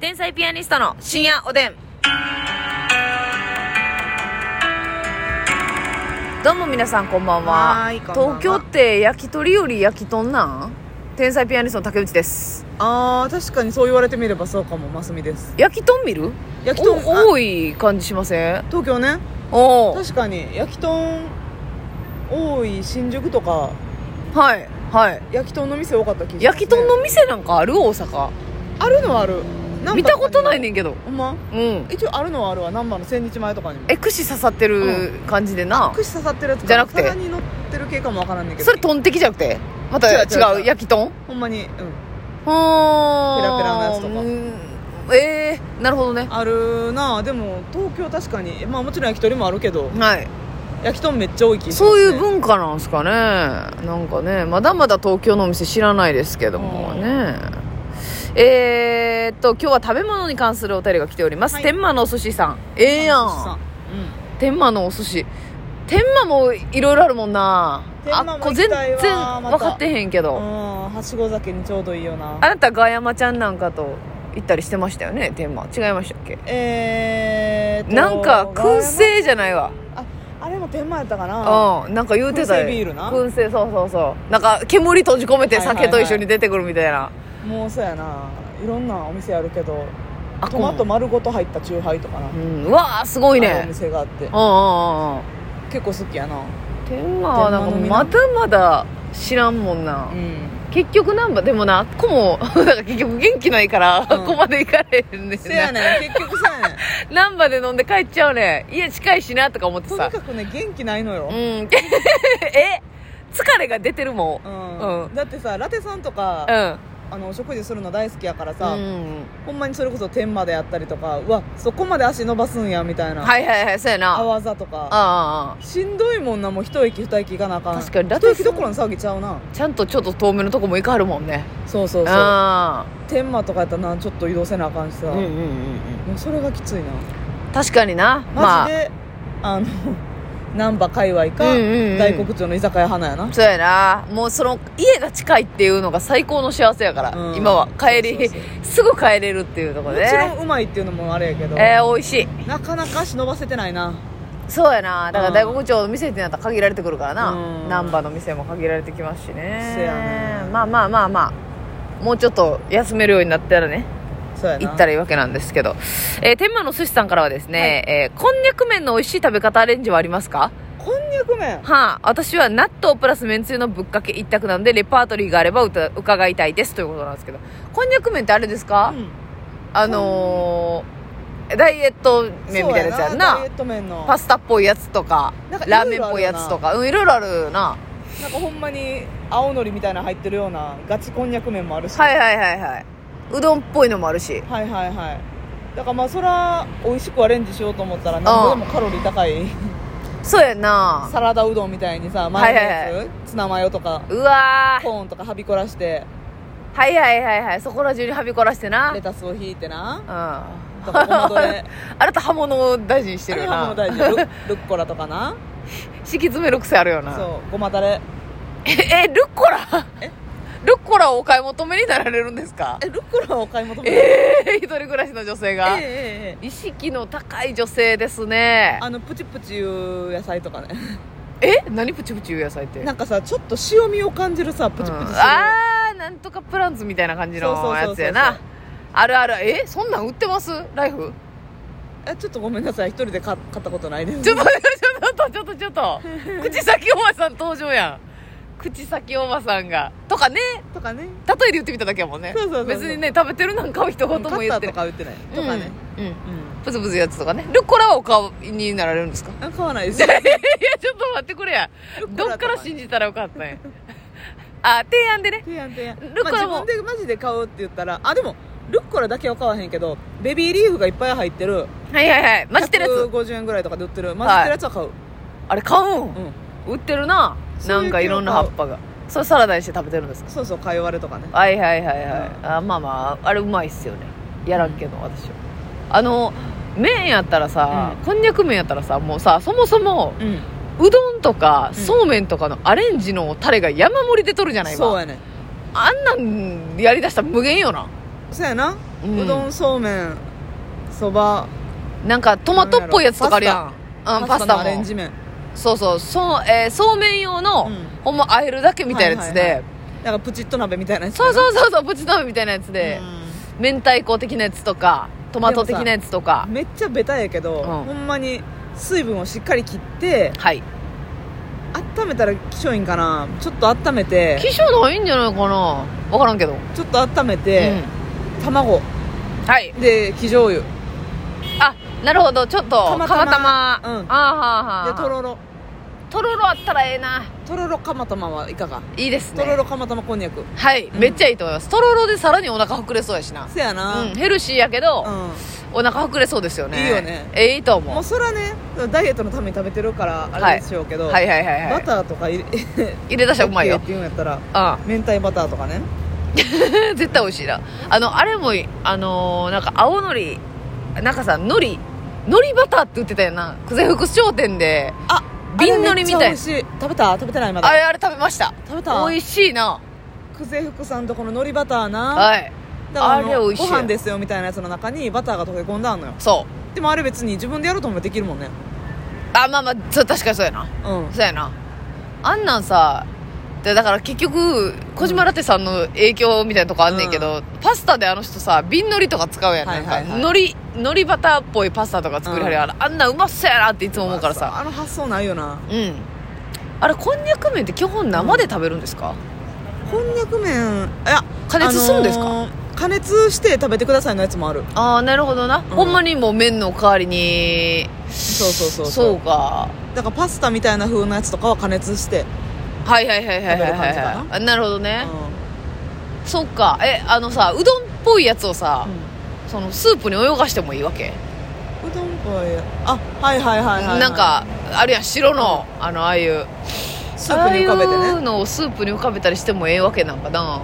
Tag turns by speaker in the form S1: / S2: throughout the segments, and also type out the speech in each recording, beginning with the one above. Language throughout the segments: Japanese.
S1: 天才ピアニストの深夜おでん。どうも皆さんこんばんは。
S2: はーいこんばんは
S1: 東京って焼き鳥より焼きとんなん天才ピアニストの竹内です。
S2: あー確かにそう言われてみればそうかもますみです
S1: 焼きとん見る
S2: 焼きとん
S1: お
S2: あ
S1: 多い感じしません
S2: 東京ね
S1: おー
S2: 確かに焼きとん多い新宿とか
S1: はい。はい。
S2: 焼きとんの店多かった気がします
S1: 焼きとんの店なんかある大阪。
S2: あるのはあるなんか
S1: 見たことないねんけど。
S2: ほんま
S1: うん。
S2: 一応あるのはあるわ難波の千日前とかにも
S1: え、串刺さってる感じでな。
S2: 串刺さってるやつか
S1: じゃなくて
S2: 皿に乗ってる系かもわからんねんけど
S1: それトンテキじゃなくてまた違
S2: 違う違う
S1: う
S2: 違う
S1: 焼きとん
S2: ほんまにうん
S1: ペラ
S2: ペラのやつとか
S1: かええー、なるほどね
S2: あるなあでも東京確かにまあもちろん焼き鳥もあるけど
S1: はい
S2: 焼きとんめっちゃ多い気がしますね
S1: そういう文化なんすかねなんかねまだまだ東京のお店知らないですけどもねえー、っと今日は食べ物に関するお便りが来ております、
S2: はい
S1: 天満のお寿司さんええやん
S2: さうん
S1: 天満のお寿司天満もいろいろあるもんな
S2: 天満も
S1: あっこ全
S2: 行きたい
S1: 然
S2: わま
S1: 分
S2: た
S1: かってへんけど、
S2: うんはしご酒にちょうどいいよな
S1: あなたガヤマちゃんなんかと行ったりしてましたよね天満違いましたっけ
S2: えーと
S1: なんか燻製じゃないわ
S2: あれも天満やったかな
S1: うんなんか言うてたよ
S2: 燻製ビールな
S1: 燻製そうそうそうなんか煙閉じ込めて
S2: はいはいはい
S1: 酒と一緒に出てくるみたいな
S2: もうそうやないろんなお店あるけど
S1: あ
S2: トマト
S1: こ
S2: 丸ごと入ったチューハイとかな
S1: ううんうわあすごい
S2: あるお
S1: ね
S2: 店があって
S1: うんうんうんうん
S2: 結構好きやな
S1: 天満はなんか
S2: 天満の
S1: またまだ知らんもんな
S2: うん
S1: 結局なんばでもなあっこも なんか結局元気ないから
S2: うん
S1: ここまで行かれへんねん
S2: せや
S1: な
S2: ねん結局そうやねん
S1: 難波で飲んで帰っちゃうねん家近いしなとか思って
S2: とに
S1: さ
S2: かくね元気ないのよ
S1: うん え疲れが出てるもん
S2: うん
S1: うん
S2: だってさラテさんと
S1: う
S2: か
S1: ん
S2: あのお食事するの大好きやから
S1: う
S2: さ
S1: ん
S2: ほんまにそれこそ天満であったりとかうわそこまで足伸ばすんやみたいな
S1: はいはいはいそうやな
S2: 泡座とか
S1: ああ
S2: しんどいもんなもう一息二息行かなあかん
S1: 確かにだって
S2: 一息どころの騒ぎちゃうな
S1: ちゃんとちょっと遠目のとこも行かはるもんね
S2: そうそうそう
S1: あ
S2: 天満とかやったらなちょっと移動せなあかんしさ、
S1: あ
S2: もうそれがきついな
S1: 確かになま
S2: マ
S1: あ
S2: ジで、あ、の 難波界隈か、
S1: うんうんうん
S2: 大黒町の居酒屋花やな
S1: そうやなもうその家が近いっていうのが最高の幸せやから、
S2: うん
S1: 今は帰り
S2: そうそうそ
S1: すぐ帰れるっていうとこ
S2: も
S1: ろで
S2: ちろ
S1: ね
S2: んうまいっていうのもあれやけど、
S1: えー、美味しい
S2: なかなか足伸ばせてないな
S1: そうやなだから
S2: うん
S1: 大黒町の店ってなったら限られてくるから
S2: う
S1: なん難波の店も限られてきますしね
S2: せやね
S1: まあまあまあまあもうちょっと休めるようになったらね
S2: そうやな
S1: 行ったらいいわけなんですけど、えー天満の寿司さんからはですね、えーこんにゃく麺の美味しい食べ方アレンジはありますか
S2: こんにゃく麺
S1: はあ、私は納豆プラス麺つゆのぶっかけ一択なのでレパートリーがあればうた伺いたいですということなんですけどこんにゃく麺ってあれですか、
S2: うん
S1: あのーダイエット麺みたいなやつやんな
S2: そうダイエット麺の
S1: パスタっぽいやつとか
S2: なんか
S1: ラーメンっぽいやつとかうんいろいろあるな
S2: なんかほんまに青のりみたいなの入ってるようなガチこんにゃく麺もあるし
S1: はいはいはいはいうどんっぽいのもあるし
S2: はいはいはいだからまあそら美味しくアレンジしようと思ったら何ぼでもカロリー高い
S1: そうやな
S2: サラダうどんみたいにさマヨネーズ、ツナマヨとか
S1: うわー
S2: コーンとかはびこらして
S1: はいはいはいはいそこら中にはびこらしてな
S2: レタスをひいてな
S1: うんあ
S2: とかトマトで
S1: なた刃物を大事にしてるよ
S2: あれはも
S1: な
S2: う大事ルルッコラとかな
S1: 敷き詰める癖あるよな
S2: そうごまだれ
S1: ええルッコラルッコラをお買い求めになられるんですか
S2: えルッコラをお買い求める
S1: ええ一人暮らしの女性
S2: え
S1: が、
S2: えええええ
S1: 意識の高い女性ですね
S2: あのプチプチいう野菜とかね
S1: え何プチプチ言う野菜って
S2: なんかさちょっと塩味を感じるさプチプチす
S1: う
S2: る
S1: んああなんとかプランツみたいな感じ
S2: そうそう
S1: の
S2: そうそう
S1: やつやなあるあるえそんなん売ってますライフ
S2: えちょっとごめんなさい一人で買買ったことないです
S1: ちょっとちょっと ちょっとちょっ と口先おばさん登場やん口先おばさんがとかね
S2: とかね
S1: 例えで言ってみただけやもんね
S2: そうそうそうそう
S1: 別にね食べてるなんかを一言も
S2: 買っ
S1: 言ったて
S2: とか言ってないとかね、
S1: うんうん
S2: うん
S1: プツプツやつとかねルッコラはお買いになられるんですか
S2: あ買わ ないです
S1: いやちょっと待ってくれや
S2: ルッコラとかね
S1: どっから信じたらよかったんや あ提案でね
S2: 提案提案
S1: ルッコ
S2: まあ
S1: ラ
S2: 自
S1: も
S2: 分でマジで買うって言ったらあでもルッコラだけは買わへんけどベビーリーフがいっぱい入ってる
S1: はいはいはい混じってるやつ
S2: 150円ぐらいとかで売ってる混じってるやつは買う、
S1: あれ買うん
S2: うん
S1: 売ってるな
S2: そう
S1: な
S2: いう系
S1: んかいろんな葉っぱがそれサラダにして食べてるんですか
S2: そうそうかいわれとかね
S1: はいはいはいはい、
S2: う
S1: あまあまああれうまいっすよねやらんけど私はあの麺やったらさ、こんにゃく麺やったらさもうさそもそも
S2: うん
S1: うどんとか
S2: うん
S1: そうめんとかのアレンジのタレが山盛りで取るじゃない
S2: そう
S1: わ
S2: やね
S1: あんなんやりだしたら無限よな
S2: そうやな
S1: うん
S2: うどんそうめんそば
S1: なんかトマトっぽいやつとかあるやんうんパスタ
S2: のアレン
S1: も
S2: ジ麺
S1: そうそうそう,、えーそうめん用の、
S2: うん
S1: ほんまあえるだけみたいなやつで、
S2: はいはいはいなんかプチッと鍋みたいなやつ
S1: そうそうそうそうプチ鍋みたいなやつで、明太子的なやつとかトマト的なやつとか
S2: うんめっちゃベタやけど、
S1: ん
S2: ほんまに水分をしっかり切って
S1: はい
S2: 温めたら気象いんかなちょっと温めて
S1: 気象ないんじゃないかな分からんけど、
S2: ちょっと温めて、卵
S1: うんはい
S2: で生醤油
S1: あなるほどちょっと
S2: か
S1: か
S2: ま
S1: ま
S2: た
S1: た
S2: ま
S1: ま
S2: うん
S1: あーはーはー
S2: で
S1: はー
S2: とろろ
S1: とろろあったらええな
S2: とろろ釜玉はいかが
S1: いいですね
S2: とろろ釜玉こんにゃく
S1: はい、
S2: うん
S1: めっちゃいいと思いますとろろでさらにお腹膨れそうやしな
S2: せやな、
S1: うんヘルシーやけど、
S2: う
S1: お腹膨れそうですよね
S2: いいよね
S1: えいいと
S2: ん、も
S1: 思
S2: う
S1: う
S2: それはねダイエットのために食べてるからあれでしょうけど、
S1: はいはいはいは
S2: バ
S1: い
S2: ターとか入れ
S1: 入れ出したらうまい
S2: OK
S1: よ
S2: って言うんやったら
S1: あ
S2: 明太バターとかね
S1: ん 絶対美味しいなあのあれもいいあのーなんか青のりなんかさのりのりバターって売ってたよな久世福商店で
S2: あ
S1: 瓶のりみたいな
S2: あれめっちゃ美味しい食べた食べてないま
S1: あれ
S2: だ
S1: あれ食べました
S2: 食べた
S1: 美味しいな
S2: 久世福さんとこののりバターな、
S1: はい
S2: だからの
S1: あれ美味しい
S2: ご飯ですよみたいなやつの中にバターが溶け込んだのよ
S1: そう
S2: でもあれ別に自分でやろうと思えばできるもんね
S1: あまあまあそう確かにそうやな
S2: うん
S1: そうやなあんなんさでだから結局小島ラテさんの影響みたいなとこあんねんけど、パスタであの人さ瓶のりとか使うやん、
S2: はいはいはい
S1: なんかのりのりバターっぽいパスタとか作りはるやん、あんなんうまそうやなっていつも思うから
S2: あ
S1: さ
S2: あの発想ないよな
S1: うんあれこんにゃく麺って基本生で食べるんですか、
S2: こんにゃく麺いや
S1: 加熱するんですか
S2: あのー加熱して食べてくださいのやつもある
S1: ああなるほどな、
S2: ん
S1: ほんまにもう麺の代わりに
S2: そうそうそう
S1: そうか
S2: だからパスタみたいな風なやつとかは加熱して、
S1: はいはいはいはいはいはい
S2: 食べる感じかな
S1: あなるほどね、
S2: う
S1: そっかえあのさうどんっぽいやつをさ、
S2: ん
S1: そのスープに泳がしてもいいわけ
S2: うどんぽいあはいはいはいはいはい
S1: なんかあるやん白のあのああいう
S2: スープに浮かべて
S1: ああいう
S2: ね
S1: のをスープに浮かべたりしてもええわけなんかな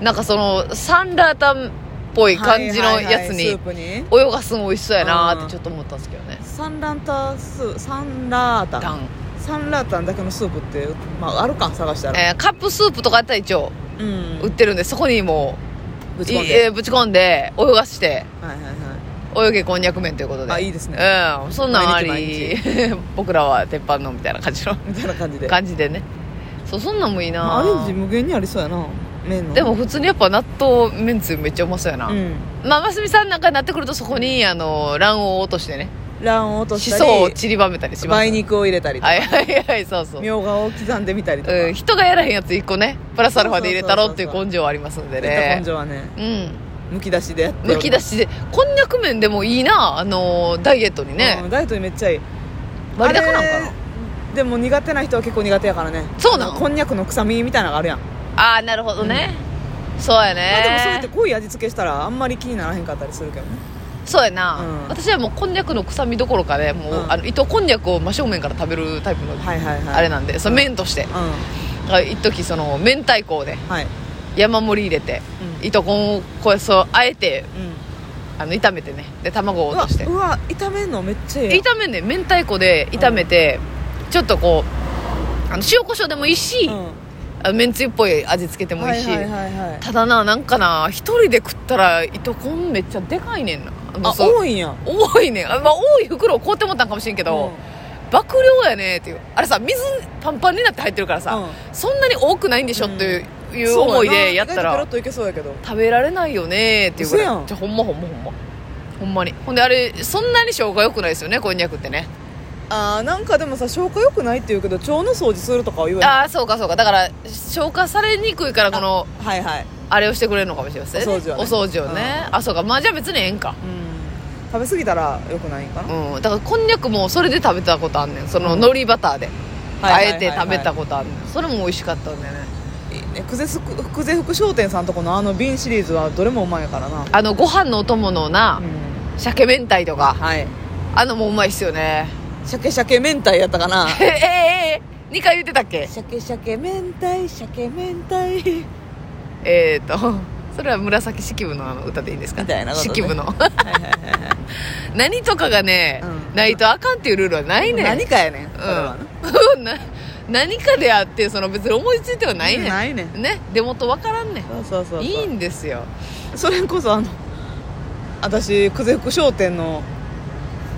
S1: なんかそのサンラータンっぽい感じの
S2: はいはいはい
S1: やつ
S2: ス
S1: に
S2: ープに
S1: 泳がすの美味しそうやなー
S2: う
S1: っ
S2: ん
S1: てちょっと思ったんですけどね
S2: サンランタスーサンラータ
S1: タン、
S2: ンサンラータンだけのスープって、まあ、あるか探したら、
S1: えーカップスープとかやったら一応
S2: うん
S1: 売ってるんでそこにもう
S2: ぶち込ん
S1: いえ
S2: で
S1: ーぶち込んで泳がして
S2: はいはいはい
S1: 泳げこんにゃく麺ということで
S2: あいいですね
S1: うんそんなんあ
S2: 毎日
S1: り 僕らは鉄板のみたいな感じの
S2: みたいな感じで
S1: 感じでねそうそんなんもいいなー
S2: まあアレンジ無限にありそうやな麺の
S1: でも普通にやっぱ納豆めんつゆめっちゃうまそうやな、
S2: うん
S1: まあますみさんなんかになってくるとそこにあの卵黄を落としてね
S2: 卵黄を落と
S1: し
S2: した
S1: そを
S2: り
S1: 散りばめたりします
S2: 梅肉を入れたりとか
S1: はいはいはいそうそう
S2: みょうがを刻んでみたりとか
S1: うん、
S2: いっ
S1: 人がやらへんやつ1個ねプラスアルファで入れたろっていう
S2: そうそうそうそう
S1: 根性はありますんで
S2: た
S1: ね
S2: 根性はね
S1: うん
S2: むき出しでやっており
S1: むき出しでこんにゃく麺でもいいなあのダイエットにね
S2: うん、ダイエットにめっちゃいい
S1: 割高なんか
S2: あれでも苦手な人は結構苦手やからね
S1: そうなん
S2: こんにゃくの臭みみたいなのがあるやん、
S1: なああーなるほどね、そうや
S2: まあでもそうやっ
S1: ね
S2: て濃い味付けしたらあんまり気にならへんかったりするけどね
S1: そうやな、
S2: うん
S1: 私はもうこんにゃくの臭みどころかねもう、
S2: うん
S1: あの糸こんにゃくを真正面から食べるタイプの
S2: はいはいはい
S1: あれなんで、その麺として
S2: うん
S1: だから一時その明太子をね
S2: はい
S1: 山盛り入れて、
S2: うん
S1: 糸こんをこうそうあえて
S2: うん
S1: あの炒めてねで卵を
S2: う
S1: 落
S2: わ
S1: として
S2: うわ炒めんのめっちゃええやん
S1: 炒めんね明太子で炒めて、ちょっとこうあの塩コショウでもいいし、
S2: うん
S1: あのめんつゆっぽい味付けてもいいし、
S2: はいはいはいはい
S1: ただななんかな一人で食ったら糸こんめっちゃでかいねんなあの
S2: あ
S1: そう
S2: 多いんや
S1: 多いねんあ、まあ、多い袋を買うてもったんかもしれんけど、爆量やねっていうあれさ水パンパンになって入ってるからさ、
S2: う
S1: そんなに多くないんでしょっていう,、
S2: うん
S1: いう思いでやった
S2: そうな意外とペロ
S1: ら
S2: ッといけそうやけど
S1: 食べられないよねーっていうぐ
S2: 嘘
S1: ら
S2: やん
S1: いじゃほんまほんまほんまほんまにほんであれそんなに生姜良くないですよねこんにゃくってね
S2: あーなんかでもさ消化良くないって言うけど腸の掃除するとかは言わない
S1: ああそうかそうかだから消化されにくいからこの
S2: はいはい、
S1: あれをしてくれるのかもしれませんね
S2: お掃除をね
S1: お掃除をねあそうかまあじゃあ別にええんか
S2: うん、食べ過ぎたら良くないんかな、
S1: うんだからこんにゃくもそれで食べたことあんねんその
S2: うん
S1: 海苔バターであ
S2: はいはいはいはい
S1: えて食べたことあんねんそれも美味しかったんだよね
S2: いいね久世福久世福商店さんとこのあの瓶シリーズはどれもうまいからな、
S1: あのご飯のお供のな
S2: うん、
S1: 鮭明太とか
S2: はい
S1: あのもうまいっすよね
S2: 鮭鮭明太やったかな
S1: ええええ2回言ってたっけ
S2: 鮭鮭明太鮭明太
S1: えー、とそれは紫式部のあの歌でいいんですか
S2: みたいなことね
S1: 式部の
S2: はいはいはいはい
S1: 何とかがね、
S2: うん
S1: ないとあかんっていうルールはないねん
S2: 何かやねん、それはな
S1: うんな何かであってその別に思いついてはないねん、
S2: ないねん
S1: ねでもと分からんねん
S2: そうそうそうそう
S1: いいんですよ
S2: それこそあの私久世福商店の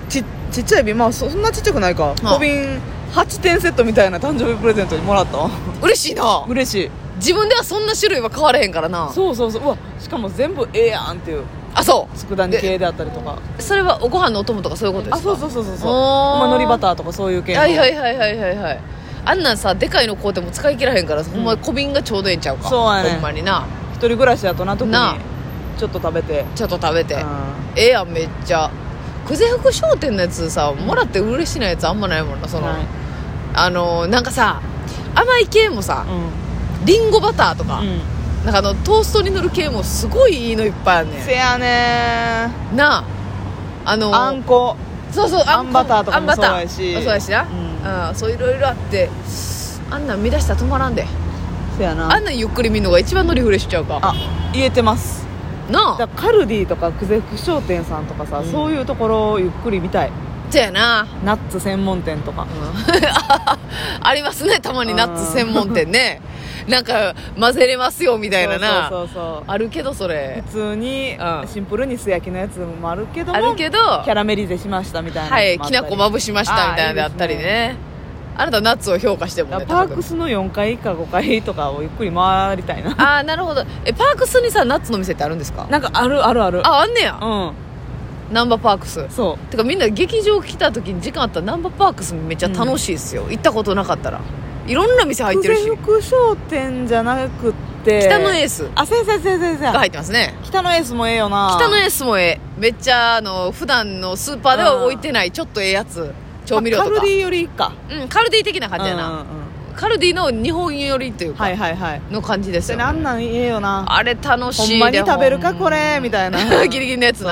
S2: ちちっちゃい瓶まあそそんなちっちゃくないか
S1: あ
S2: 小瓶8点セットみたいな誕生日プレゼントにもらったわ
S1: 嬉しいな
S2: 嬉しい
S1: 自分ではそんな種類は買われへんからな
S2: そうそうそううわしかも全部ええやんっていう
S1: あそう
S2: 佃煮系であったりとか
S1: それはご飯のお供とかそういうことですか
S2: あそうそうそうそうそう
S1: おー
S2: まあ海苔バターとかそういう系の
S1: はいはいはいはいはいはいあんなんさでかいの買うても使い切らへんからさ、ほんま小瓶がちょうどええんちゃうか
S2: そうやね
S1: ほんまにな
S2: 一人暮らしやとな特に
S1: なあ
S2: ちょっと食べて
S1: ちょっと食べて、
S2: うん
S1: ええやんめっちゃ久世福商店のやつさもらって嬉しいなやつあんまないもんなその、
S2: ない
S1: あのーなんかさ甘い系もさ
S2: う
S1: りんごバターとか、
S2: んうん
S1: なんかあのトーストに塗る系もすごいいいのいっぱいあるねん
S2: せやね
S1: なああの
S2: ーあんこ
S1: そうそう
S2: あんバターとかも
S1: あんバタ
S2: そうやし
S1: あそうやしな、
S2: うん
S1: うん、そういろいろあってあんなん見出したら止まらんで
S2: せやな
S1: あんなんゆっくり見るのが一番のリフレッシュちゃうか
S2: あ言えてます
S1: な
S2: だ
S1: あ
S2: からカルディとか久世福商店さんとかさ、
S1: うん
S2: そういうところをゆっくり見たい
S1: そやな、
S2: ナッツ専門店とか
S1: うん ありますねたまにナッツ専門店ねなんか混ぜれますよみたいなな
S2: そうそうそうそう
S1: あるけどそれ
S2: 普通に
S1: うん
S2: シンプルに素焼きのやつもあるけども
S1: あるけど
S2: キャラメリゼしましたみたいな
S1: はいきなこま
S2: ぶ
S1: ぶしましたみたいなのであったりね
S2: あー
S1: あなたナッツを評価してもね
S2: パー
S1: 高
S2: ク
S1: く
S2: スの4階か5階とかをゆっくり回りた いな
S1: ああなるほどえパークスにさナッツの店ってあるんですか
S2: なんかあるあるある
S1: ああんねや
S2: うん
S1: ナンバーパークス
S2: そ
S1: てかみんな劇場来た時に時間あったらナンバーパークスめっちゃ楽しいっすよ、行ったことなかったらいろんな店
S2: う
S1: 入っ
S2: 久
S1: てる
S2: 世
S1: し
S2: 福商店じゃなくって
S1: 北のエース
S2: あせんせんせんせんせ
S1: が
S2: ん
S1: 入ってますね
S2: 北のエースもええよな
S1: 北のエースもええめっちゃあの普段のスーパーでは置いてないちょっとええやつ調味料とか
S2: まあカルディよりいいか
S1: うん、カルディ的な感じや
S2: うん
S1: な、
S2: うんうん
S1: カルディの日本寄りというか、
S2: はいはいはい
S1: の感じです
S2: それ
S1: よ、
S2: な
S1: ね、
S2: んなん言えよな
S1: あれ楽しい
S2: ほんまに
S1: で
S2: 食べるか
S1: ほん
S2: これみたいな
S1: ギリギリのやつ